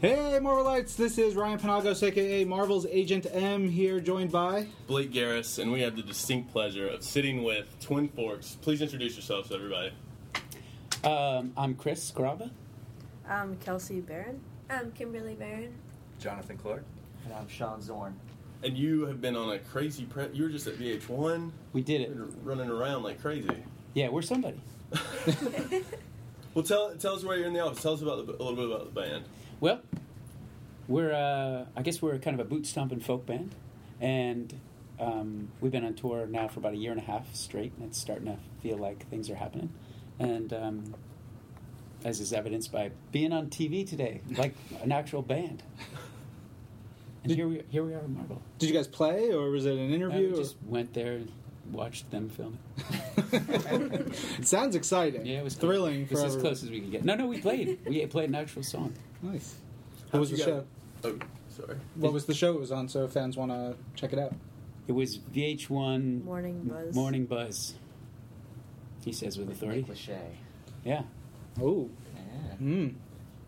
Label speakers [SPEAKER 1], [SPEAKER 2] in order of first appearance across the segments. [SPEAKER 1] Hey, Marvelites! This is Ryan Panagos, aka Marvel's Agent M, here joined by.
[SPEAKER 2] Blake Garris, and we have the distinct pleasure of sitting with Twin Forks. Please introduce yourselves, everybody.
[SPEAKER 3] Um, I'm Chris Scaraba.
[SPEAKER 4] Um, Kelsey Barron.
[SPEAKER 5] Um, Kimberly Barron.
[SPEAKER 6] Jonathan Clark.
[SPEAKER 7] And I'm Sean Zorn.
[SPEAKER 2] And you have been on a crazy print. You were just at VH1.
[SPEAKER 3] We did
[SPEAKER 2] You
[SPEAKER 3] it.
[SPEAKER 2] were running around like crazy.
[SPEAKER 3] Yeah, we're somebody.
[SPEAKER 2] Well, tell tell us where you're in the office. Tell us about the, a little bit about the band.
[SPEAKER 3] Well, we're uh, I guess we're kind of a boot stomping folk band, and um, we've been on tour now for about a year and a half straight, and it's starting to feel like things are happening, and um, as is evidenced by being on TV today, like an actual band. And here we here we are, in Marvel.
[SPEAKER 1] Did you guys play, or was it an
[SPEAKER 3] Uh,
[SPEAKER 1] interview?
[SPEAKER 3] we just went there, watched them film it.
[SPEAKER 1] it sounds exciting.
[SPEAKER 3] Yeah, it was
[SPEAKER 1] thrilling.
[SPEAKER 3] It was
[SPEAKER 1] for
[SPEAKER 3] as
[SPEAKER 1] everyone.
[SPEAKER 3] close as we could get. No, no, we played. we played an actual song.
[SPEAKER 1] Nice.
[SPEAKER 2] How'd
[SPEAKER 1] What was
[SPEAKER 2] you
[SPEAKER 1] the
[SPEAKER 2] guys-
[SPEAKER 1] show?
[SPEAKER 2] Oh, sorry.
[SPEAKER 1] What was the show it was on? So fans want to check it out.
[SPEAKER 3] It was VH1
[SPEAKER 4] Morning Buzz.
[SPEAKER 3] Morning Buzz. He says with authority.
[SPEAKER 7] Nick Lachey.
[SPEAKER 3] Yeah.
[SPEAKER 1] Oh,
[SPEAKER 7] Yeah.
[SPEAKER 1] mm.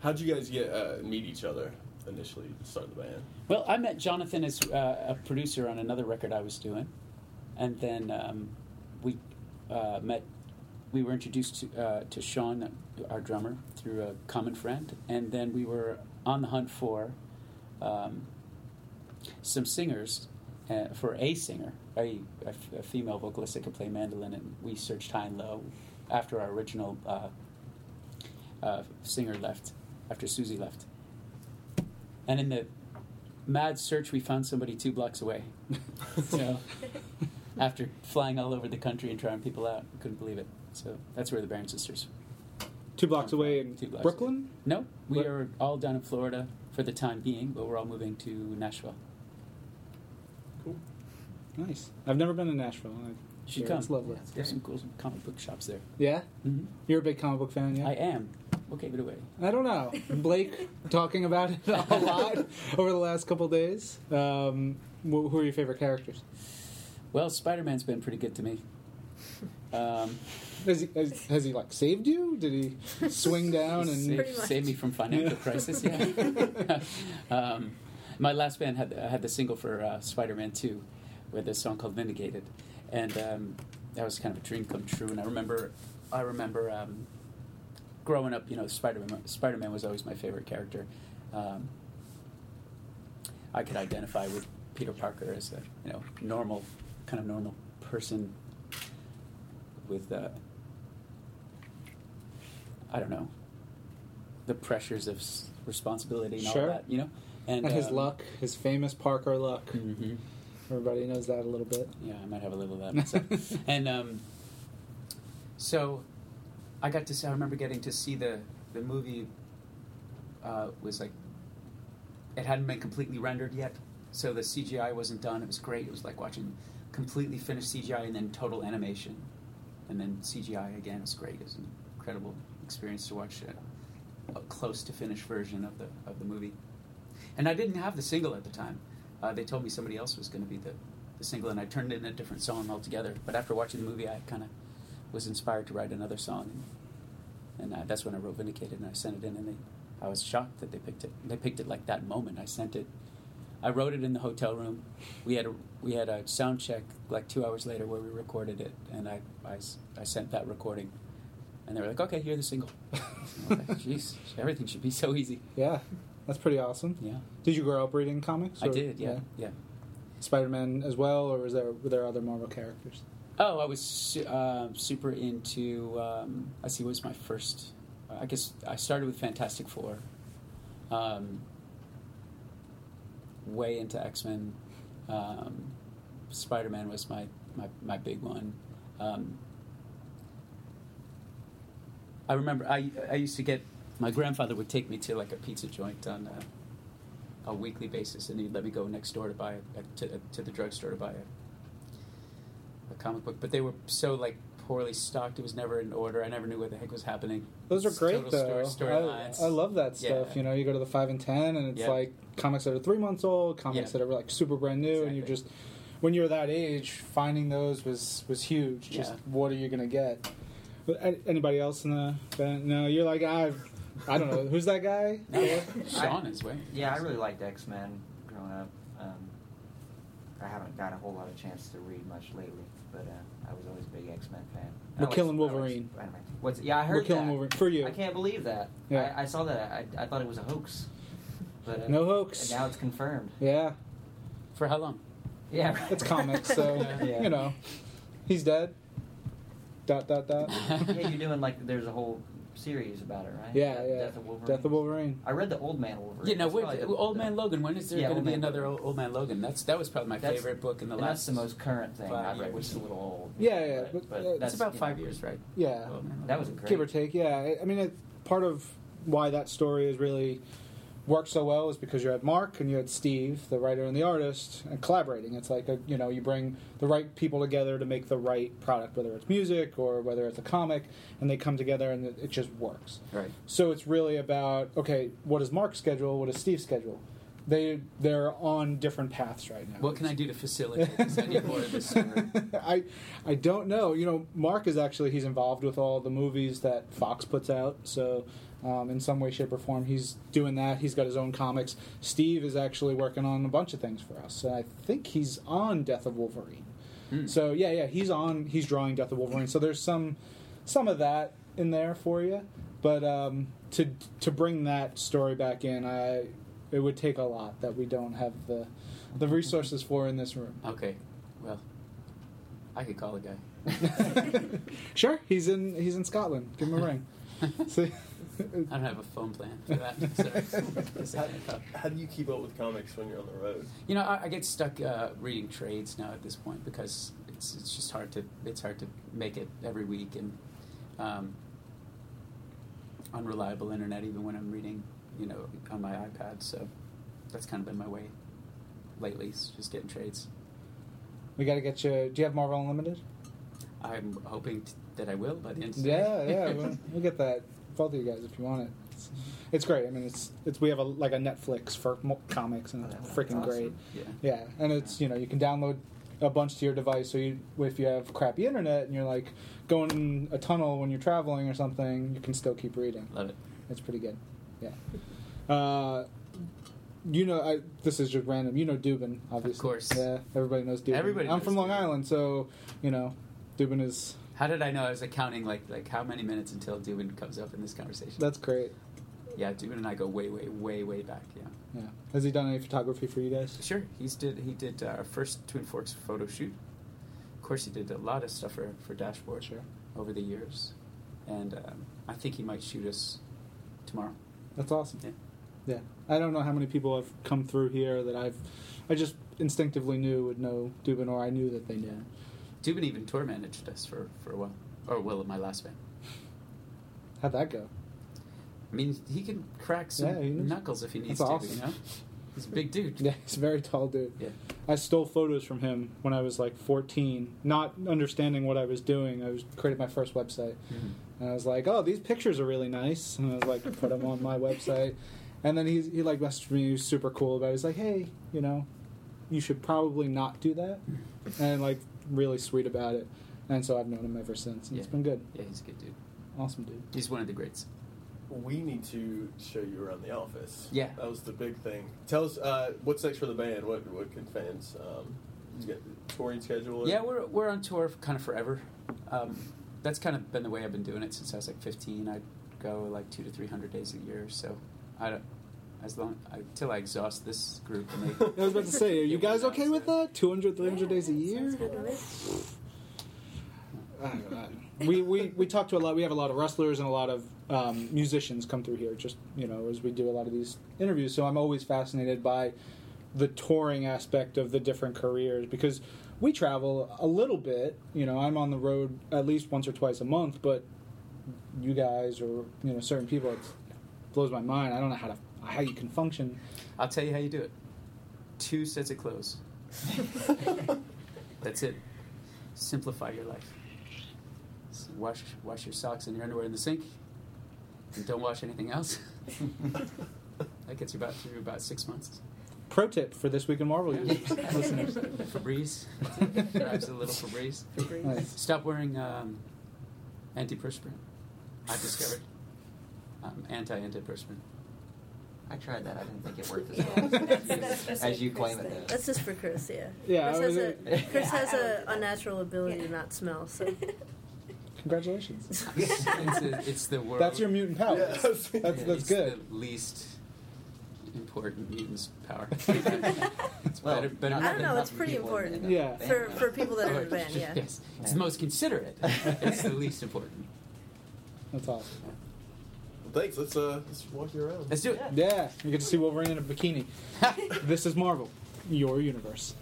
[SPEAKER 2] How'd you guys get uh, meet each other initially to start the band?
[SPEAKER 3] Well, I met Jonathan as uh, a producer on another record I was doing, and then um, we uh, met. We were introduced to, uh, to Sean, our drummer, through a common friend, and then we were on the hunt for um, some singers, uh, for a singer, a, a f- a female vocalist that could play mandolin, and we searched high and low after our original uh, uh, singer left, after Susie left. And in the mad search, we found somebody two blocks away. so, after flying all over the country and trying people out, couldn't believe it. So that's where the Barron sisters.
[SPEAKER 1] two blocks away in
[SPEAKER 3] Two blocks.
[SPEAKER 1] Brooklyn.
[SPEAKER 3] No, we
[SPEAKER 1] What-
[SPEAKER 3] are all down in Florida for the time being, but we're all moving to Nashville.
[SPEAKER 1] Nice. I've never been to Nashville. I
[SPEAKER 3] You
[SPEAKER 1] hear
[SPEAKER 3] should come.
[SPEAKER 1] It's lovely.
[SPEAKER 7] That's
[SPEAKER 3] There's
[SPEAKER 7] great.
[SPEAKER 3] some cool comic book shops there.
[SPEAKER 1] Yeah,
[SPEAKER 3] hmm
[SPEAKER 1] you're a big comic book fan. Yeah,
[SPEAKER 3] I am. We'll give it away.
[SPEAKER 1] I don't know. Blake talking about it a lot over the last couple days. Um, wh- who are your favorite characters?
[SPEAKER 3] Well, Spider Man's been pretty good to me. Um,
[SPEAKER 1] Has he, has, has he like saved you? Did he swing down
[SPEAKER 3] He
[SPEAKER 1] and?
[SPEAKER 3] saved,
[SPEAKER 5] Pretty much.
[SPEAKER 3] saved me from financial crisis. Yeah. um, my last band had had the single for uh, Spider Man Two, with a song called Vindicated, and um, that was kind of a dream come true. And I remember, I remember um, growing up. You know, Spider Man Spider Man was always my favorite character. Um, I could identify with Peter Parker as a you know normal kind of normal person with uh, I don't know the pressures of s- responsibility and
[SPEAKER 1] Sure.
[SPEAKER 3] all that, you know,
[SPEAKER 1] And his
[SPEAKER 3] um,
[SPEAKER 1] luck, his famous Parker luck.
[SPEAKER 3] mhm.
[SPEAKER 1] Everybody knows that a little bit.
[SPEAKER 3] Yeah, I might have a little of that myself. and um, so I got to see, I remember getting to see the, the movie uh, was like, it hadn't been completely rendered yet. So the CGI wasn't done. It was great. It was like watching completely finished CGI and then total animation. And then CGI again. It was great. It was an incredible experience to watch a, a close to finished version of the, of the movie. And I didn't have the single at the time. Uh, they told me somebody else was going to be the, the single, and I turned in a different song altogether. But after watching the movie, I kind of was inspired to write another song, and, and uh, that's when I wrote "Vindicated" and I sent it in, and they, I was shocked that they picked it. They picked it like that moment. I sent it. I wrote it in the hotel room. We had a we had a sound check like two hours later where we recorded it, and I I s- I sent that recording, and they were like, "Okay, hear the single." And I was like, Jeez, everything should be so easy.
[SPEAKER 1] Yeah, that's pretty awesome.
[SPEAKER 3] Yeah,
[SPEAKER 1] Did you grow up reading comics?
[SPEAKER 3] I
[SPEAKER 1] or-
[SPEAKER 3] did. Yeah, yeah.
[SPEAKER 1] Spider Man as well, or was there were there other Marvel characters?
[SPEAKER 3] Oh, I was su- uh, super into. Um, I see. What was my first? I guess I started with Fantastic Four. Um, way into X Men. Um, Spider Man was my, my my big one. Um, I remember I I used to get my grandfather would take me to like a pizza joint on a, a weekly basis, and he'd let me go next door to buy a, to uh, to the drugstore to buy a a comic book, but they were so like poorly stocked. It was never in order. I never knew what the heck was happening.
[SPEAKER 1] Those are
[SPEAKER 3] It's
[SPEAKER 1] great
[SPEAKER 3] total
[SPEAKER 1] though.
[SPEAKER 3] story- storylines.
[SPEAKER 1] I, I love that stuff.
[SPEAKER 3] Yeah.
[SPEAKER 1] You know, you go to the five and ten, and it's
[SPEAKER 3] Yeah.
[SPEAKER 1] like comics that are three months old, comics
[SPEAKER 3] Yeah.
[SPEAKER 1] that are like super brand new, and you
[SPEAKER 3] Exactly.
[SPEAKER 1] just when you were that age, finding those was was huge. Just
[SPEAKER 3] Yeah.
[SPEAKER 1] what are you gonna get? But a- anybody else in the band? No, you're like I've I don't know who's that guy.
[SPEAKER 3] Sean is way.
[SPEAKER 7] Yeah, I really liked X Men growing up. Um, I haven't got a whole lot of chance to read much lately, but uh, I was always a big X Men fan.
[SPEAKER 1] We're
[SPEAKER 7] I like-
[SPEAKER 1] killing
[SPEAKER 7] I like
[SPEAKER 1] Wolverine.
[SPEAKER 7] Spider-Man. What's yeah? I heard
[SPEAKER 1] We're killing
[SPEAKER 7] that.
[SPEAKER 1] Wolverine for
[SPEAKER 7] I
[SPEAKER 1] you.
[SPEAKER 7] can't believe that.
[SPEAKER 1] Yeah.
[SPEAKER 7] I, I saw that. I, I thought it was a hoax, but uh,
[SPEAKER 1] No hoax.
[SPEAKER 7] and now it's confirmed.
[SPEAKER 1] Yeah,
[SPEAKER 3] For how long?
[SPEAKER 7] Yeah,
[SPEAKER 1] it's comics, so
[SPEAKER 7] Yeah.
[SPEAKER 1] you know he's dead. Dot dot dot.
[SPEAKER 7] yeah, you're doing like there's a whole series about it, right?
[SPEAKER 1] Yeah,
[SPEAKER 7] Death-
[SPEAKER 1] yeah.
[SPEAKER 7] Death of Wolverine.
[SPEAKER 1] Death of Wolverine.
[SPEAKER 7] I read the Old Man Wolverine.
[SPEAKER 3] Yeah, no,
[SPEAKER 7] It's
[SPEAKER 3] wait,
[SPEAKER 7] probably the-
[SPEAKER 3] Old
[SPEAKER 7] the-
[SPEAKER 3] Man Logan. When is there
[SPEAKER 7] Yeah,
[SPEAKER 3] going
[SPEAKER 7] Old
[SPEAKER 3] to be
[SPEAKER 7] Man
[SPEAKER 3] another
[SPEAKER 7] Logan.
[SPEAKER 3] Old, Old Man Logan? That's that was probably my
[SPEAKER 7] That's-
[SPEAKER 3] favorite book in the
[SPEAKER 7] and
[SPEAKER 3] last.
[SPEAKER 7] that's the most current thing
[SPEAKER 3] five
[SPEAKER 7] I've read,
[SPEAKER 3] years.
[SPEAKER 7] which is a little old.
[SPEAKER 1] Yeah, yeah, but, uh,
[SPEAKER 3] It's
[SPEAKER 1] That's,
[SPEAKER 3] about
[SPEAKER 7] you know,
[SPEAKER 3] five years, right?
[SPEAKER 1] Yeah,
[SPEAKER 3] Old Man
[SPEAKER 7] That was a
[SPEAKER 3] Logan.
[SPEAKER 7] great.
[SPEAKER 1] give or take. Yeah, I- I mean, it, part of why that story has really worked so well is because you had Mark and you had Steve, the writer and the artist, and collaborating. It's like a, you know you bring the right people together to make the right product, whether it's music or whether it's a comic, and they come together and it, it just works.
[SPEAKER 3] right.
[SPEAKER 1] So it's really about okay, what is Mark's schedule? What is Steve's schedule? They they're on different paths right now.
[SPEAKER 3] What can I do to facilitate this? I need more of this. story.
[SPEAKER 1] I I don't know. You know, Mark is actually he's involved with all the movies that Fox puts out. So um, in some way, shape, or form, he's doing that. He's got his own comics. Steve is actually working on a bunch of things for us, and I think he's on Death of Wolverine.
[SPEAKER 3] Hmm.
[SPEAKER 1] So yeah, yeah, he's on. He's drawing Death of Wolverine. So there's some some of that in there for you. But um, to to bring that story back in, I it would take a lot that we don't have the the resources for in this room.
[SPEAKER 3] Okay, well, I could call a guy.
[SPEAKER 1] Sure, he's in he's in Scotland. Give him a ring. See?
[SPEAKER 3] I don't have a phone plan for that. So.
[SPEAKER 2] How, how do you keep up with comics when you're on the road?
[SPEAKER 3] you know, I, I get stuck uh, reading trades now at this point because it's it's just hard to it's hard to make it every week and um, unreliable internet even when I'm reading, you know, on my iPad. So that's kind of been my way lately. Is just getting trades.
[SPEAKER 1] we got to get you. Do you have Marvel Unlimited?
[SPEAKER 3] I'm hoping t- that I will by the end. Of
[SPEAKER 1] Yeah,
[SPEAKER 3] today.
[SPEAKER 1] yeah. We'll, we'll get that. Both of you guys, if you want it. It's, it's great. I mean, it's it's we have a like a Netflix for mo- comics, and it's
[SPEAKER 7] Oh, that's
[SPEAKER 1] freaking
[SPEAKER 7] awesome.
[SPEAKER 1] great.
[SPEAKER 3] yeah.
[SPEAKER 1] Yeah, and it's you know you can download a bunch to your device. So you, if you have crappy internet and you're like going in a tunnel when you're traveling or something, you can still keep reading.
[SPEAKER 3] Love it.
[SPEAKER 1] That's pretty good. Yeah. Uh, you know, I, this is just random. You know Dubin, obviously.
[SPEAKER 3] course.
[SPEAKER 1] Yeah, everybody knows Dubin.
[SPEAKER 3] Everybody
[SPEAKER 1] I'm
[SPEAKER 3] knows
[SPEAKER 1] from Long
[SPEAKER 3] Dubin.
[SPEAKER 1] Island, so you know, Dubin is
[SPEAKER 3] How did I know? I was like counting like like how many minutes until Dubin comes up in this conversation.
[SPEAKER 1] that's great.
[SPEAKER 3] yeah, Dubin and I go way way way way back. Yeah.
[SPEAKER 1] Yeah. Has he done any photography for you guys?
[SPEAKER 3] Sure, he's did he did uh, our first Twin Forks photo shoot. Of course, he did a lot of stuff for, for Dashboard
[SPEAKER 1] Sure.
[SPEAKER 3] over the years, and um, I think he might shoot us tomorrow.
[SPEAKER 1] That's awesome.
[SPEAKER 3] Yeah.
[SPEAKER 1] Yeah. I don't know how many people have come through here that I've, I just instinctively knew would know Dubin, or I knew that they knew.
[SPEAKER 3] Dubin even tour managed us for, for a while, or well, my last band.
[SPEAKER 1] How'd that go?
[SPEAKER 3] I mean, he can crack some
[SPEAKER 1] Yeah, he knows.
[SPEAKER 3] knuckles if he needs
[SPEAKER 1] That's
[SPEAKER 3] to.
[SPEAKER 1] awesome.
[SPEAKER 3] You know, he's a big dude.
[SPEAKER 1] Yeah, he's a very tall dude.
[SPEAKER 3] Yeah.
[SPEAKER 1] I stole photos from him when I was like 14, not understanding what I was doing. I was created my first website.
[SPEAKER 3] Mhm.
[SPEAKER 1] And I was like, oh, these pictures are really nice. And I was like, put them on my website. And then he, he like messaged me, he was super cool about it. He's like, hey, you know, you should probably not do that. And like, really sweet about it. And so I've known him ever since. And it's
[SPEAKER 3] Yeah.
[SPEAKER 1] been good.
[SPEAKER 3] Yeah, he's a good dude.
[SPEAKER 1] Awesome, dude.
[SPEAKER 3] He's one of the greats.
[SPEAKER 2] We need to show you around the office.
[SPEAKER 3] Yeah.
[SPEAKER 2] that was the big thing. Tell us uh, what's next for the band. What what can fans? Um, you got the touring schedule?
[SPEAKER 3] Yeah, we're, we're on tour kind of forever. Um, that's kind of been the way I've been doing it since I was like 15. I go like two to three hundred days a year. So I don't, as long until I exhaust this group. And they,
[SPEAKER 1] I was about to say, are you guys okay with uh, that? 200, 300
[SPEAKER 4] Yeah,
[SPEAKER 1] days a
[SPEAKER 4] sounds
[SPEAKER 1] year?
[SPEAKER 4] good to me.
[SPEAKER 1] I don't know. we, we we talk to a lot. We have a lot of wrestlers and a lot of um, musicians come through here. Just you know, as we do a lot of these interviews. So I'm always fascinated by the touring aspect of the different careers because we travel a little bit. You know, I'm on the road at least once or twice a month, but you guys or you know certain people, it blows my mind. I don't know how to how you can function.
[SPEAKER 3] I'll tell you how you do it. Two sets of clothes. That's it. Simplify your life. S- Wash wash your socks and your underwear in the sink, and don't wash anything else. that gets you about through about six months.
[SPEAKER 1] Pro tip for this week in Marvel, you listeners.
[SPEAKER 3] Febreze, grabs a little Febreze.
[SPEAKER 4] Breeze.
[SPEAKER 1] Nice.
[SPEAKER 3] Stop wearing um, antiperspirant. I discovered. I'm anti antiperspirant.
[SPEAKER 7] I tried that. I didn't think it worked
[SPEAKER 5] Yeah,
[SPEAKER 7] as
[SPEAKER 5] that's-
[SPEAKER 7] well
[SPEAKER 5] that's just
[SPEAKER 7] as you
[SPEAKER 5] a
[SPEAKER 7] claim
[SPEAKER 5] Chris
[SPEAKER 7] it
[SPEAKER 5] thing.
[SPEAKER 7] does.
[SPEAKER 4] That's just for Chris, yeah.
[SPEAKER 1] Yeah, I
[SPEAKER 4] Chris has
[SPEAKER 1] was-
[SPEAKER 4] a Chris
[SPEAKER 5] Yeah,
[SPEAKER 4] has
[SPEAKER 5] I don't do
[SPEAKER 4] a
[SPEAKER 5] that.
[SPEAKER 4] unnatural ability to not smell. So
[SPEAKER 1] Congratulations.
[SPEAKER 3] it's, it's, it's the world.
[SPEAKER 1] That's your mutant power. That's,
[SPEAKER 2] Yes.
[SPEAKER 1] that's,
[SPEAKER 3] Yeah,
[SPEAKER 1] that's
[SPEAKER 3] it's
[SPEAKER 1] good.
[SPEAKER 3] The least important mutant's power.
[SPEAKER 7] It's well,
[SPEAKER 3] better- better
[SPEAKER 7] not-
[SPEAKER 4] I don't know,
[SPEAKER 7] not
[SPEAKER 4] it's pretty
[SPEAKER 7] people in-
[SPEAKER 4] important.
[SPEAKER 7] in the
[SPEAKER 1] Yeah.
[SPEAKER 7] band,
[SPEAKER 4] for
[SPEAKER 7] but-
[SPEAKER 4] for people that are
[SPEAKER 3] Or
[SPEAKER 4] in the band,
[SPEAKER 3] just-
[SPEAKER 4] yeah.
[SPEAKER 3] Yes, it's the most considerate. it's the least important.
[SPEAKER 1] That's awesome.
[SPEAKER 2] Well, thanks. Let's uh, let's walk you around.
[SPEAKER 3] Let's do it.
[SPEAKER 1] Yeah, you get to see Wolverine in a bikini. this is Marvel, your universe.